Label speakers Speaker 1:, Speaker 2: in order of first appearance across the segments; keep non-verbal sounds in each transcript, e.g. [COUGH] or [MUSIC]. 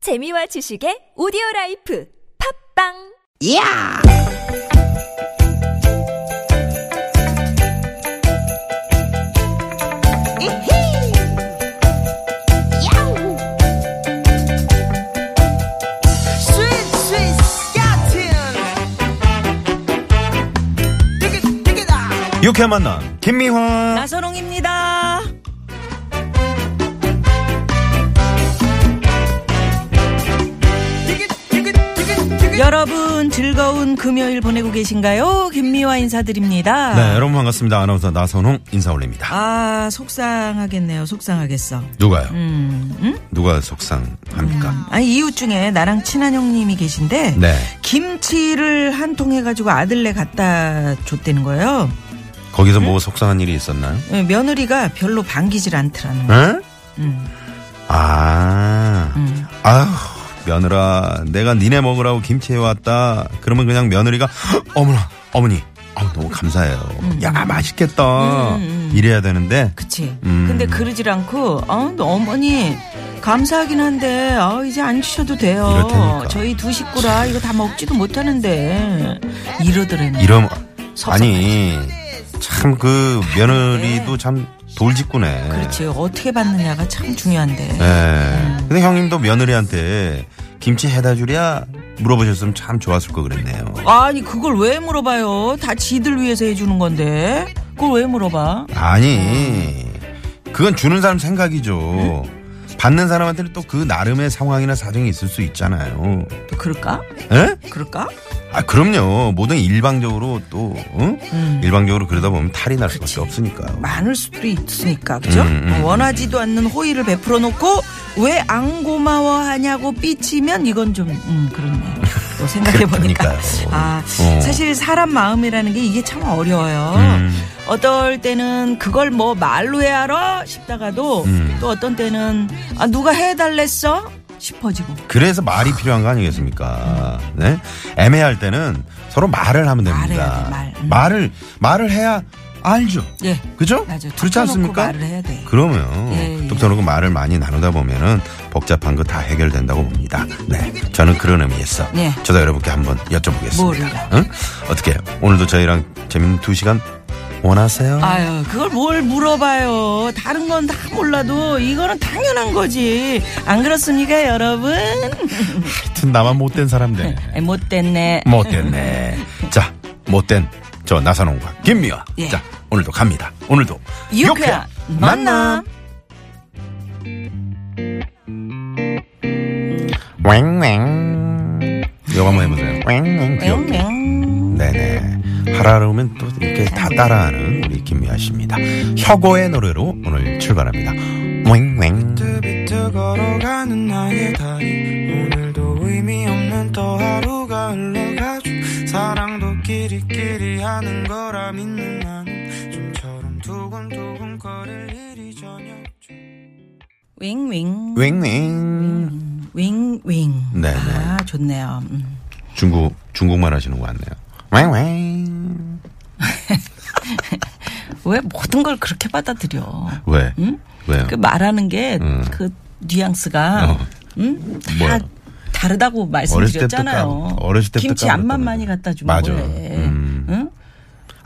Speaker 1: 재미와 지식의 오디오 라이프 팝빵
Speaker 2: 야!
Speaker 3: 유쾌한 만남
Speaker 4: 네.
Speaker 3: 김미화
Speaker 4: 나선홍입니다. 여러분 즐거운 금요일 보내고 계신가요? 김미화 인사드립니다.
Speaker 3: 네 여러분 반갑습니다 아나운서 나선홍 인사 올립니다
Speaker 4: 아 속상하겠네요. 속상하겠어.
Speaker 3: 누가요
Speaker 4: 음, 음?
Speaker 3: 누가 속상합니까
Speaker 4: 아니 이웃 중에 나랑 친한 형님이 계신데
Speaker 3: 네
Speaker 4: 김치를 한 통 해가지고 아들네 갖다 줬다는 거예요.
Speaker 3: 거기서
Speaker 4: 음?
Speaker 3: 뭐 속상한 일이 있었나요
Speaker 4: 예, 며느리가 별로 반기질 않더라는 거예요.
Speaker 3: 응?
Speaker 4: 음.
Speaker 3: 아 아휴 며느라 내가 니네 먹으라고 김치 해왔다 그러면 그냥 며느리가 "헉, 어머나 어머니 아우 너무 감사해요
Speaker 4: 음.
Speaker 3: 야 맛있겠다 이래야 되는데
Speaker 4: 그치.
Speaker 3: 음.
Speaker 4: 근데 그러질 않고, 어, 너 어머니, 감사하긴 한데, 어, 이제 안 주셔도 돼요.
Speaker 3: 이럴 테니까.
Speaker 4: 저희 두 식구라 이거 다 먹지도 못하는데. 이러더래요.
Speaker 3: 이런
Speaker 4: 섭섭하지.
Speaker 3: 아니 참 그 며느리도 참 돌직구네
Speaker 4: 그렇지. 어떻게 받느냐가 참 중요한데.
Speaker 3: 네. 근데 형님도 며느리한테 김치 해다 주랴 물어보셨으면 참 좋았을 거 그랬네요.
Speaker 4: 아니, 그걸 왜 물어봐요? 다 지들 위해서 해주는 건데. 그걸 왜 물어봐?
Speaker 3: 아니, 그건 주는 사람 생각이죠. 받는 사람한테는 또 그 나름의 상황이나 사정이 있을 수 있잖아요.
Speaker 4: 그럴까?
Speaker 3: 에?
Speaker 4: 그럴까?
Speaker 3: 아, 그럼요. 모든 일방적으로 또, 응? 일방적으로 그러다 보면 탈이 날 수밖에
Speaker 4: 음. 그치.
Speaker 3: 없으니까.
Speaker 4: 많을 수도 있으니까 그죠?
Speaker 3: 음, 음,
Speaker 4: 어, 원하지도 않는 호의를 베풀어 놓고 왜 안 고마워하냐고 삐치면 이건 좀 음, 그렇네요. 또 생각해 보니까
Speaker 3: 그러니까요.
Speaker 4: 아
Speaker 3: 어.
Speaker 4: 사실 뭐 사람 마음이라는 게 이게 참 어려워요.
Speaker 3: 음.
Speaker 4: 어떨 때는 그걸 뭐 말로 해 알아 싶다가도
Speaker 3: 음.
Speaker 4: 또 어떤 때는 아 누가 해달랬어 싶어지고
Speaker 3: 그래서 말이 필요한 거 아니겠습니까? 네? 애매할 때는 서로 말을 하면
Speaker 4: 말해야
Speaker 3: 됩니다.
Speaker 4: 돼, 말. 음.
Speaker 3: 을 말을 해야 알죠.
Speaker 4: 예
Speaker 3: 그죠?
Speaker 4: 맞아
Speaker 3: 그렇지 않습니까?
Speaker 4: 말을 해야 돼.
Speaker 3: 그러면
Speaker 4: 예, 예.
Speaker 3: 똑똑하고 말을 많이 나누다 보면은 복잡한 거 다 해결된다고 봅니다. 네, 저는 그런 의미에서
Speaker 4: 예.
Speaker 3: 저도 여러분께 한번 여쭤보겠습니다. 음.
Speaker 4: 뭐를요?
Speaker 3: 응? 어떻게 오늘도 저희랑 재밌는 두 시간 원하세요?
Speaker 4: 아유, 그걸 뭘 물어봐요. 다른 건 다 몰라도 이거는 당연한 거지. 안 그렇습니까, 여러분?
Speaker 3: 하여튼 나만 못된 사람들
Speaker 4: 에, 못됐네.
Speaker 3: 못됐네. 자, 못된 저 나선홍과 김미화.
Speaker 4: 예.
Speaker 3: 자, 오늘도 갑니다. 오늘도
Speaker 4: 유쾌한 만남.
Speaker 3: 왱왱. 이거 한번 해보세요. 왱왱 귀엽게.
Speaker 4: 뿅뿅.
Speaker 3: 네네. 하라로면 또 이렇게 다
Speaker 4: 네.
Speaker 3: 따라하는 우리 김미아 씨입니다. 혁오의 노래로 오늘 출발합니다. 왱왱.
Speaker 5: 뜨비 뜨거로 가는 나의 다리 오늘도 의미 없는 또 하루가 흘러가죠 사랑도 끼리끼리 하는 거라 믿는 나는 좀처럼 두근두근 거릴 일이 전혀 없죠
Speaker 4: 윙윙.
Speaker 3: 왱왱.
Speaker 4: 윙윙.
Speaker 3: 네네.
Speaker 4: 아, 좋네요. 음.
Speaker 3: 중국, 중국말 하시는 것 같네요. 왱왱.
Speaker 4: 왜 모든 걸 그렇게 받아들여?
Speaker 3: 왜?
Speaker 4: 응?
Speaker 3: 왜요?
Speaker 4: 그 말하는 게 그
Speaker 3: 음.
Speaker 4: 뉘앙스가
Speaker 3: 어.
Speaker 4: 음? 다
Speaker 3: 뭐야? 어렸을
Speaker 4: 다르다고
Speaker 3: 때부터
Speaker 4: 말씀드렸잖아요.
Speaker 3: 까먹- 어렸을 때부터
Speaker 4: 김치
Speaker 3: 까먹었던
Speaker 4: 안만 많이
Speaker 3: 거죠.
Speaker 4: 갖다 주면
Speaker 3: 맞아.
Speaker 4: 원래.
Speaker 3: 음.
Speaker 4: 응?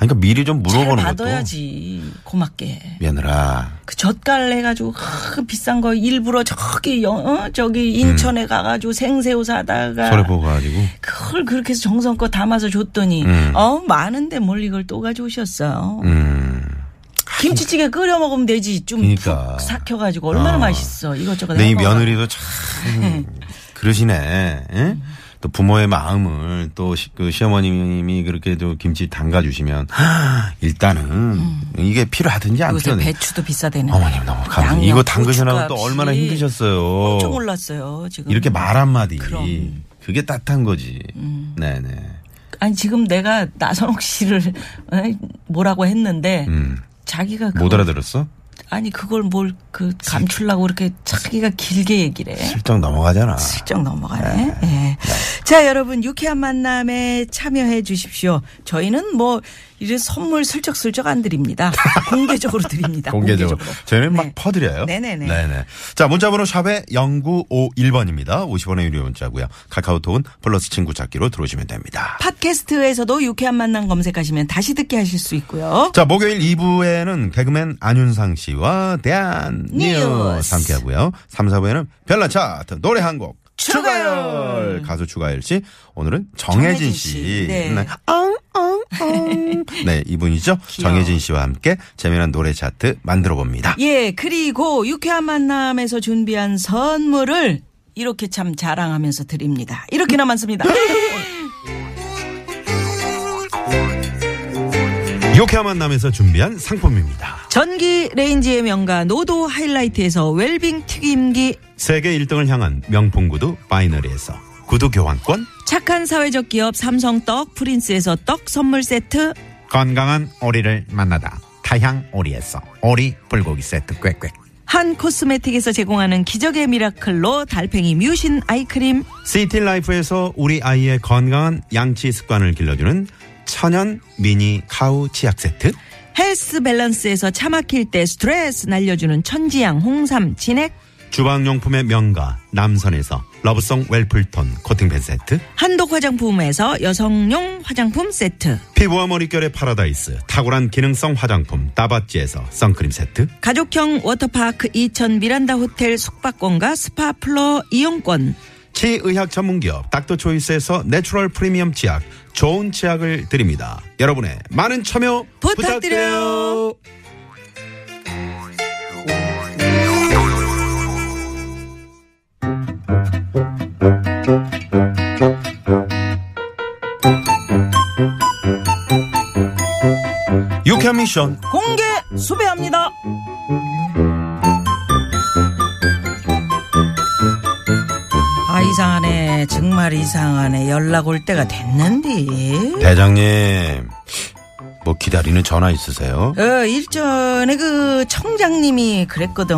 Speaker 3: 아니, 그러니까 미리 좀 물어보는
Speaker 4: 잘
Speaker 3: 것도.
Speaker 4: 받아야지 고맙게.
Speaker 3: 며느라.
Speaker 4: 그 젓갈 해가지고 하, 그 비싼 거 일부러 저기 영- 어? 저기 인천에 가가지고 생새우 사다가
Speaker 3: 소리 음. 보고 가지고.
Speaker 4: 그걸 그렇게 해서 정성껏 담아서 줬더니
Speaker 3: 음.
Speaker 4: 어 많은데 뭘 이걸 또 가져오셨어요.
Speaker 3: 음.
Speaker 4: 김치찌개 끓여 먹으면 되지 좀
Speaker 3: 그러니까.
Speaker 4: 푹 삭혀가지고 얼마나
Speaker 3: 아.
Speaker 4: 맛있어 이것저것.
Speaker 3: 근데 이
Speaker 4: 해먹어.
Speaker 3: 며느리도 참 그러시네. 예? 또 부모의 마음을 또 시, 그 시어머님이 그렇게 또 김치 담가 주시면 일단은 이게 필요하든지 안
Speaker 4: 음. 요새
Speaker 3: 필요하든지
Speaker 4: 배추도 비싸대는.
Speaker 3: 어머님 너무 감사해요. 이거 담그시라고 또 얼마나 힘드셨어요.
Speaker 4: 엄청 올랐어요 지금.
Speaker 3: 이렇게 말 한마디.
Speaker 4: 그럼. 음.
Speaker 3: 그게 따뜻한 거지. 네네.
Speaker 4: 아니 지금 내가 나선옥 씨를 어? 뭐라고 했는데
Speaker 3: 음.
Speaker 4: 자기가
Speaker 3: 못
Speaker 4: 그걸-
Speaker 3: 알아들었어?
Speaker 4: 아니 그걸 뭘 그 감추려고 이렇게 자기가 길게 얘기를 해.
Speaker 3: 슬쩍 넘어가잖아.
Speaker 4: 슬쩍 넘어가네. 예. 자, 여러분 유쾌한 만남에 참여해 주십시오. 저희는 뭐 이제 선물 슬쩍슬쩍
Speaker 3: [LAUGHS]
Speaker 4: 안 드립니다. 공개적으로 드립니다.
Speaker 3: 공개적으로. 저희는 막
Speaker 4: 네.
Speaker 3: 퍼드려요.
Speaker 4: 네네네.
Speaker 3: 네네. 자, 문자번호 샵에 0951번입니다. 50원의 유료 문자고요 카카오톡은 플러스 친구 찾기로 들어오시면 됩니다.
Speaker 4: 팟캐스트에서도 유쾌한 만남 검색하시면 다시 듣게 하실 수 있고요.
Speaker 3: 자, 목요일 2부에는 개그맨 안윤상 씨와 대한
Speaker 4: 뉴스.
Speaker 3: 뉴스 함께 하고요. 3, 4부에는 별난 차트 노래 한 곡.
Speaker 4: 추가열.
Speaker 3: 추가열. 가수 추가열 씨. 오늘은 정혜진
Speaker 4: 정혜진
Speaker 3: 씨. 음,
Speaker 4: 씨. 네.
Speaker 3: 엉, 엉,
Speaker 4: [LAUGHS]
Speaker 3: 엉. 네, 이분이죠.
Speaker 4: 귀여워.
Speaker 3: 정혜진 씨와 함께 재미난 노래 차트 만들어 봅니다.
Speaker 4: 예, 그리고 유쾌한 만남에서 준비한 선물을 이렇게 참 자랑하면서 드립니다. 이렇게나 [LAUGHS] 많습니다.
Speaker 3: 유쾌한 만남에서 준비한 상품입니다.
Speaker 4: 전기 레인지의 명가 노도 하이라이트에서 웰빙 튀김기
Speaker 3: 세계 1등을 향한 명품 구두 바이너리에서 구두 교환권
Speaker 4: 착한 사회적 기업 삼성 떡 프린스에서 떡 선물 세트
Speaker 3: 건강한 오리를 만나다 타향 오리에서 오리 불고기 세트 꽥꽥
Speaker 4: 한 코스메틱에서 제공하는 기적의 미라클로 달팽이 뮤신 아이크림
Speaker 3: 시티라이프에서 우리 아이의 건강한 양치 습관을 길러주는 천연 미니 카우 치약 세트
Speaker 4: 헬스 밸런스에서 차 막힐 때 스트레스 날려주는 천지양 홍삼 진액
Speaker 3: 주방용품의 명가 남선에서 러브송 웰플톤 코팅팬 세트
Speaker 4: 한독 화장품에서 여성용 화장품 세트
Speaker 3: 피부와 머릿결의 파라다이스 탁월한 기능성 화장품 따바찌에서 선크림 세트
Speaker 4: 가족형 워터파크 이천 미란다 호텔 숙박권과 스파 플러 이용권
Speaker 3: 치의학 전문기업 닥터초이스에서 내추럴 프리미엄 치약 좋은 치약을 드립니다. 여러분의 많은 참여 부탁드려요.
Speaker 4: 부탁드려요.
Speaker 3: 유쾌한 미션
Speaker 4: 공개 수배합니다. 아 이상하네 정말 이상하네 연락 올 때가 됐는데
Speaker 3: 대장님 뭐 기다리는 전화 있으세요?
Speaker 4: 어 일전에 그 청장님이 그랬거든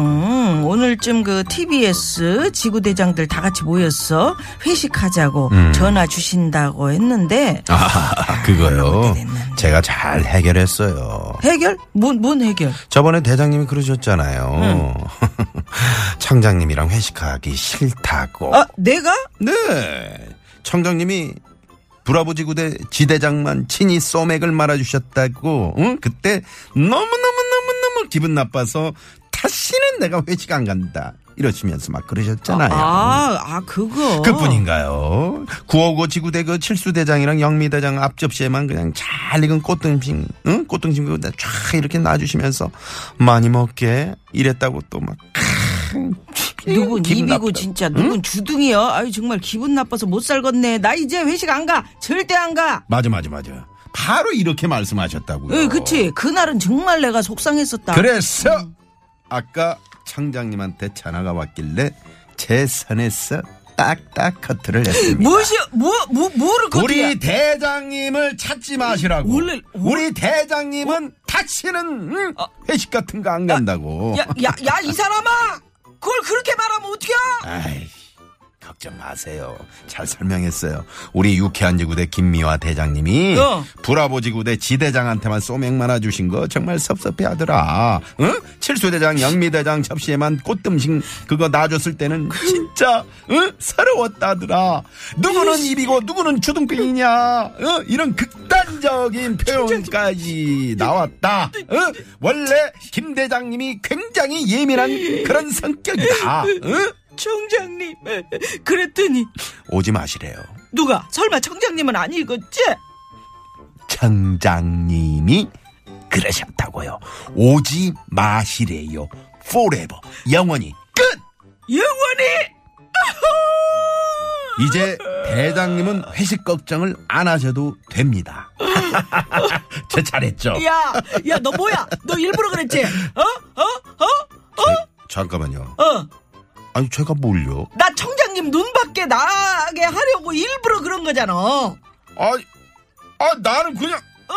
Speaker 4: 오늘쯤 그 TBS 지구대장들 다 같이 모였어 회식하자고
Speaker 3: 음.
Speaker 4: 전화 주신다고 했는데
Speaker 3: 아 그거요.
Speaker 4: 그렇게 됐는데.
Speaker 3: 제가 잘 해결했어요.
Speaker 4: 해결 뭔 뭔 해결
Speaker 3: 저번에 대장님이 그러셨잖아요. [LAUGHS] 청장님이랑 회식하기 싫다고.
Speaker 4: 아 내가
Speaker 3: 네. 청장님이 브라보지구대 지대장만 친히 소맥을 말아주셨다고. 응? 그때 너무너무너무너무 기분 나빠서 다시는 내가 회식 안 간다. 이러시면서 막 그러셨잖아요.
Speaker 4: 아, 아 그거
Speaker 3: 그뿐인가요? 959 어. 지구대 그 칠수대장이랑 영미대장 앞접시에만 그냥 잘 익은 꽃등심, 응? 꽃등심 그쫙 이렇게 놔주시면서 많이 먹게 이랬다고 또 막.
Speaker 4: 누군
Speaker 3: 기분
Speaker 4: 입이고
Speaker 3: 나쁘다.
Speaker 4: 진짜 누군 주둥이여. 아유 정말 기분 나빠서 못 살겠네. 나 이제 회식 안 가. 절대 안 가.
Speaker 3: 맞아, 맞아, 맞아. 바로 이렇게 말씀하셨다고요.
Speaker 4: 예, 그치. 그날은 정말 내가 속상했었다.
Speaker 3: 그래서 아까 청장님한테 전화가 왔길래 재산에서 딱딱 커트를 했습니다.
Speaker 4: 뭐시 뭐 뭐 뭐를
Speaker 3: 우리
Speaker 4: 그리
Speaker 3: 대장님을 찾지 마시라고.
Speaker 4: 원래- 어.
Speaker 3: 우리 대장님은 다치는 응? 회식 같은 거 안 간다고.
Speaker 4: 야야 야 이 사람아. 그걸 그렇게 말하면 어떡해?
Speaker 3: 아이, 걱정 마세요. 잘 설명했어요. 우리 유쾌한 지구대 김미화 대장님이
Speaker 4: 어.
Speaker 3: 브라보 지구대 지대장한테만 소맥 말아주신 거 정말 섭섭해하더라. 응? 칠수대장, 영미대장 접시에만 꽃등심 그거 놔줬을 때는 진짜 응? 서러웠다더라. 누구는 입이고 누구는 주둥뱅이냐. 응? 이런 극단적인 표현까지 나왔다. 응? 원래 김 대장님이 굉장히 예민한 그런 성격이다. 응?
Speaker 4: 청장님. 그랬더니
Speaker 3: 오지 마시래요.
Speaker 4: 누가 설마 청장님은 안 읽었지?
Speaker 3: 청장님이 그러셨다고요. 오지 마시래요. forever. 영원히 끝!
Speaker 4: 영원히
Speaker 3: 이제 대장님은 회식 걱정을 안 하셔도 됩니다. [LAUGHS] 저 잘했죠?
Speaker 4: 야, 야, 너 뭐야? 너 일부러 그랬지? 어? 어?
Speaker 3: 잠깐만요.
Speaker 4: 어? 어?
Speaker 3: 아니, 제가 뭘요?
Speaker 4: 나 청장님 눈밖에 나게 하려고 일부러 그런 거잖아.
Speaker 3: 아, 아, 나는 그냥, 어?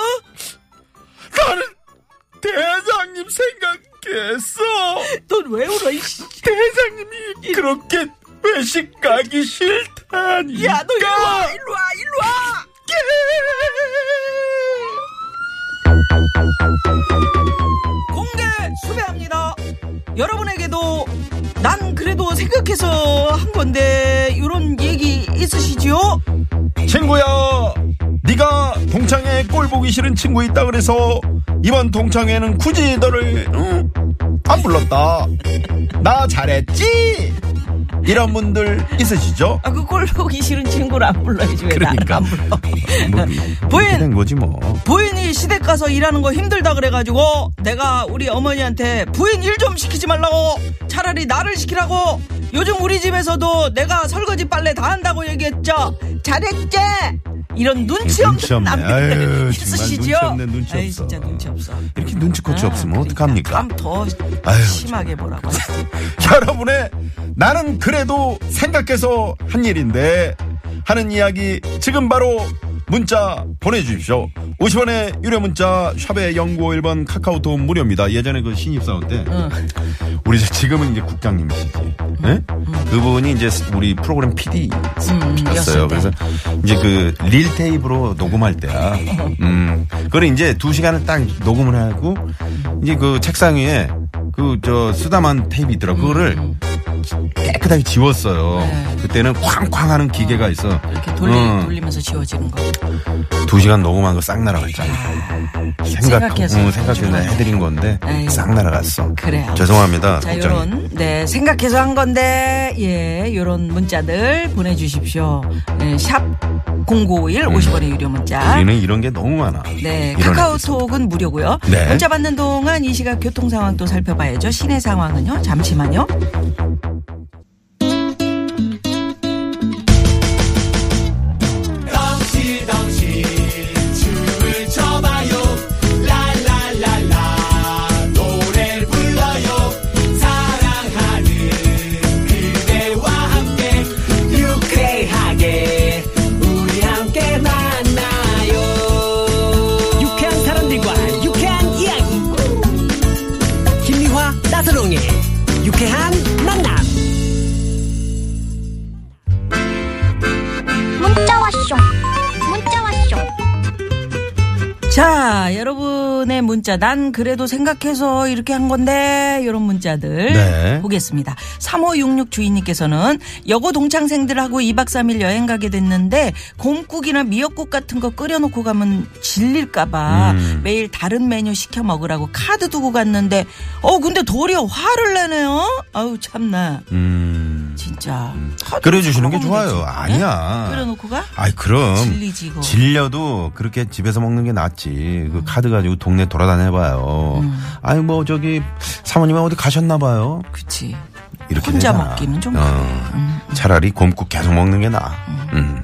Speaker 3: 나는 대장님 생각했어.
Speaker 4: 넌 왜 울어? 이씨.
Speaker 3: 대장님이 그렇게 회식 가기 싫다. 아니.
Speaker 4: 야, 너 일로 와, 일로 와, 일로 와. 공개 수배합니다. 여러분에게도 난 그래도 생각해서 한 건데 이런 얘기 있으시지요?
Speaker 3: 친구야, 네가 동창회 꼴 보기 싫은 친구 있다 그래서 이번 동창회는 굳이 너를 응? 안 불렀다. 나 잘했지? 이런 분들 있으시죠?
Speaker 4: 아, 그꼴 보기 싫은 친구를 안 불러야지 왜 나를
Speaker 3: 그러니까.
Speaker 4: 안 불러?
Speaker 3: 뭐,
Speaker 4: 부인!
Speaker 3: 된 거지 뭐.
Speaker 4: 부인이 시댁 가서 일하는 거 힘들다 그래가지고 내가 우리 어머니한테 부인 일 좀 시키지 말라고 차라리 나를 시키라고 요즘 우리 집에서도 내가 설거지 빨래 다 한다고 얘기했죠 잘했지 이런 눈치
Speaker 3: 예,
Speaker 4: 없는
Speaker 3: 눈치 없네. 아유,
Speaker 4: 남편들
Speaker 3: 정말
Speaker 4: 있으시죠?
Speaker 3: 눈치 없네, 눈치
Speaker 4: 아유,
Speaker 3: 없어.
Speaker 4: 진짜 눈치 없어 아, 그러니까
Speaker 3: 이렇게 눈치코치 없으면 어떡합니까?
Speaker 4: 감더
Speaker 3: 아유,
Speaker 4: 심하게 뭐라고 하지.
Speaker 3: [LAUGHS] 여러분의 나는 그래도 생각해서 한 일인데 하는 이야기 지금 바로 문자 보내주십시오. 50원의 유료 문자 샵의 0951번 카카오톡 무료입니다. 예전에 그 신입사원 때 우리 이제 지금은 이제 국장님이시지. 예? 그분이 이제 우리 프로그램 PD였어요.
Speaker 4: 였을 때.
Speaker 3: 그래서 이제 그 릴 테이프로 녹음할 때야.
Speaker 4: 네.
Speaker 3: 음. 그걸 이제 두 시간을 딱 녹음을 하고 이제 그 책상 위에 그 저 쓰다만 테이프 있더라. 그거를 깨끗하게 지웠어요.
Speaker 4: 음. 네.
Speaker 3: 그때는 쾅쾅 하는 기계가 있어.
Speaker 4: 이렇게 돌리,
Speaker 3: 음.
Speaker 4: 돌리면서 지워지는 거
Speaker 3: 두 시간 녹음한 거 싹 날아갔잖아. 생각,
Speaker 4: 생각해서.
Speaker 3: 응, 생각해서 해드린 건데
Speaker 4: 아이고.
Speaker 3: 싹 날아갔어.
Speaker 4: 그래요.
Speaker 3: 음, 죄송합니다.
Speaker 4: 자,
Speaker 3: 국장님.
Speaker 4: 요런, 네, 생각해서 한 건데, 예, 요런 문자들 보내주십시오. 네, 샵0951 50원의 유료 문자.
Speaker 3: 우리는 이런 게 너무 많아.
Speaker 4: 아? 네,
Speaker 3: 이런
Speaker 4: 카카오톡은 무료고요.
Speaker 3: 네.
Speaker 4: 문자 받는 동안 이 시각 교통 상황도 살펴봐야죠. 시내 상황은요. 잠시만요.
Speaker 2: 유쾌한 사람들과 유쾌한 이야기 김미화 나서롱의 유쾌한 만남
Speaker 6: 문자 왔쇼 문자 왔쇼
Speaker 4: 자, 여러분의 문자. 난 그래도 생각해서 이렇게 한 건데, 이런 문자들
Speaker 3: 네.
Speaker 4: 보겠습니다. 3566 주인님께서는 여고 동창생들하고 2박 3일 여행 가게 됐는데, 곰국이나 미역국 같은 거 끓여놓고 가면 질릴까봐
Speaker 3: 음.
Speaker 4: 매일 다른 메뉴 시켜 먹으라고 카드 두고 갔는데, 어, 근데 도리어 화를 내네요? 아우, 참나.
Speaker 3: 음.
Speaker 4: 진짜. 아,
Speaker 3: 끓여주시는 게
Speaker 4: 먹으면
Speaker 3: 좋아요.
Speaker 4: 되지.
Speaker 3: 아니야. 음.
Speaker 4: 네? 끓여놓고 가?
Speaker 3: 아이 그럼
Speaker 4: 질리지, 이거.
Speaker 3: 질려도 그렇게 집에서 먹는 게 낫지.
Speaker 4: 음.
Speaker 3: 그 카드 가지고 동네 돌아다녀봐요. 아니 뭐 저기 사모님은 어디 가셨나봐요.
Speaker 4: 그치.
Speaker 3: 이렇게
Speaker 4: 혼자
Speaker 3: 되잖아.
Speaker 4: 먹기는 좀 음.
Speaker 3: 어. 차라리 곰국 계속 먹는 게 나아. 음.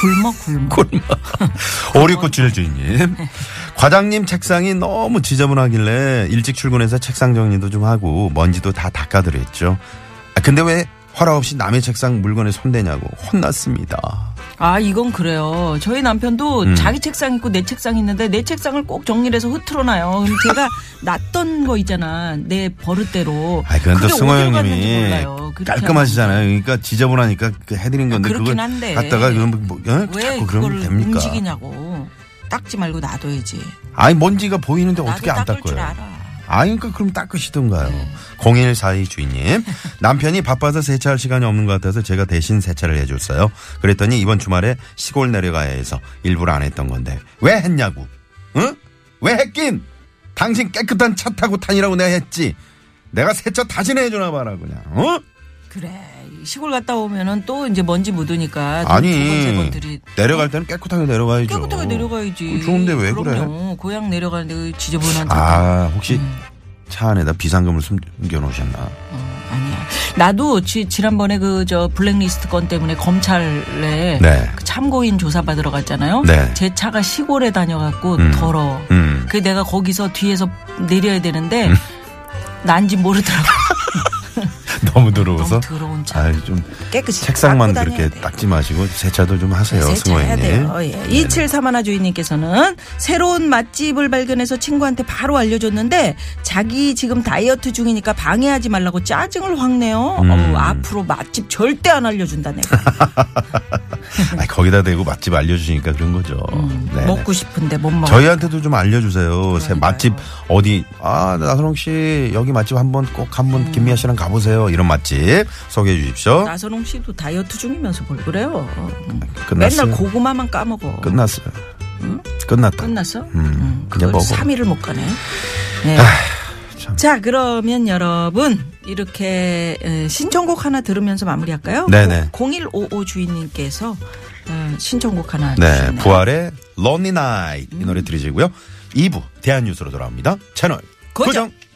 Speaker 4: 굶어, 굶어.
Speaker 3: 오리꽃질
Speaker 4: [LAUGHS]
Speaker 3: 주인님. 과장님 책상이 너무 지저분하길래 일찍 출근해서 책상 정리도 좀 하고 먼지도 다 닦아드렸죠. 아, 근데 왜 허락 없이 남의 책상 물건에 손대냐고 혼났습니다.
Speaker 4: 아, 이건 그래요. 저희 남편도
Speaker 3: 음.
Speaker 4: 자기 책상 있고 내 책상 있는데 내 책상을 꼭 정리를 해서 흐트러놔요. 그럼
Speaker 3: [LAUGHS]
Speaker 4: 제가 놨던 거 있잖아. 내 버릇대로.
Speaker 3: 아, 그건 또
Speaker 4: 그게
Speaker 3: 승호
Speaker 4: 어디로 갔는지
Speaker 3: 형님이
Speaker 4: 몰라요. 그렇게
Speaker 3: 깔끔하시잖아요. 그러니까 지저분하니까 그 해드린 건데
Speaker 4: 그렇긴
Speaker 3: 그걸
Speaker 4: 한데.
Speaker 3: 갖다가 그건 뭐, 어?
Speaker 4: 하면 왜
Speaker 3: 자꾸 그러면
Speaker 4: 그걸
Speaker 3: 됩니까?
Speaker 4: 움직이냐고. 닦지 말고 놔둬야지.
Speaker 3: 아니 먼지가 보이는데 뭐 어떻게
Speaker 4: 나도
Speaker 3: 안
Speaker 4: 닦을 줄
Speaker 3: 닦아요?
Speaker 4: 알아. 네.
Speaker 3: 아, 그러니까 그럼 닦으시던가요. 0142 주인님. [LAUGHS] 남편이 바빠서 세차할 시간이 없는 것 같아서 제가 대신 세차를 해줬어요. 그랬더니 이번 주말에 시골 내려가야 해서 일부러 안 했던 건데 왜 했냐고. 응? 왜 했긴? 당신 깨끗한 차 타고 다니라고 내가 했지. 내가 세차 다시는 해주나 봐라 그냥. 어?
Speaker 4: 그래. 시골 갔다 오면은 또 이제 먼지 묻으니까. 또
Speaker 3: 아니 음.
Speaker 4: 두 번, 세 번 들이.
Speaker 3: 내려갈 때는 깨끗하게 내려가야죠. 어,
Speaker 4: 깨끗하게 내려가야지.
Speaker 3: 좋은데 왜 그래?
Speaker 4: 그럼요. 고향 내려가는데 그 지저분한
Speaker 3: 아 혹시
Speaker 4: 음.
Speaker 3: 차 안에다 비상금을
Speaker 4: [LAUGHS]
Speaker 3: 숨겨놓으셨나?
Speaker 4: 아니야. 나도 지, 지난번에 그 저 블랙리스트 건 때문에 검찰에
Speaker 3: 네.
Speaker 4: 그 참고인 조사 받으러 갔잖아요.
Speaker 3: 네.
Speaker 4: 제 차가 시골에 다녀갖고
Speaker 3: 음.
Speaker 4: 더러. 워
Speaker 3: 음.
Speaker 4: 그 내가 거기서 뒤에서 내려야 되는데 난지 모르더라고.
Speaker 3: 너무 더러워서
Speaker 4: 너무 더러운 참.
Speaker 3: 아, 좀
Speaker 4: 깨끗이
Speaker 3: 책상만
Speaker 4: 닦고
Speaker 3: 그렇게
Speaker 4: 다녀야 돼.
Speaker 3: 닦지 마시고 세차도 좀 하세요, 네.
Speaker 4: 세차해야
Speaker 3: 승호님.
Speaker 4: 돼요. 예. 2731 주인님께서는 새로운 맛집을 발견해서 친구한테 바로 알려줬는데 자기 지금 다이어트 중이니까 방해하지 말라고 짜증을 확 내요.
Speaker 3: 음.
Speaker 4: 어우, 앞으로 맛집 절대 안 알려준다 내가.
Speaker 3: [LAUGHS] 아, 거기다 대고 맛집 알려주시니까 그런 거죠. 네.
Speaker 4: 음, 먹고 싶은데 못 먹어.
Speaker 3: 저희한테도 좀 알려주세요. 새 맛집 어디 아 나선홍 씨 여기 맛집 한번 꼭 한번 김미아 씨랑 가보세요. 이런 맛집 소개해 주십시오.
Speaker 4: 음. 나선홍 씨도 다이어트 중이면서 뭘 그래요. 음.
Speaker 3: 끝났어요.
Speaker 4: 맨날 고구마만 까먹어.
Speaker 3: 끝났어요. 끝났다.
Speaker 4: 끝났어?
Speaker 3: 음, 그냥
Speaker 4: 그걸
Speaker 3: 먹어.
Speaker 4: 3일을 못 가네. 네.
Speaker 3: 참.
Speaker 4: 자, 그러면 여러분, 이렇게 에, 신청곡 하나 들으면서 마무리할까요?
Speaker 3: 네네.
Speaker 4: 0155 주인님께서 어, 신청곡 하나.
Speaker 3: 네,
Speaker 4: 주셨네요.
Speaker 3: 부활의 Lonely Night 이 노래 들으시고요. 2부 대한 뉴스로 돌아옵니다. 채널
Speaker 4: 고정.
Speaker 3: 고정.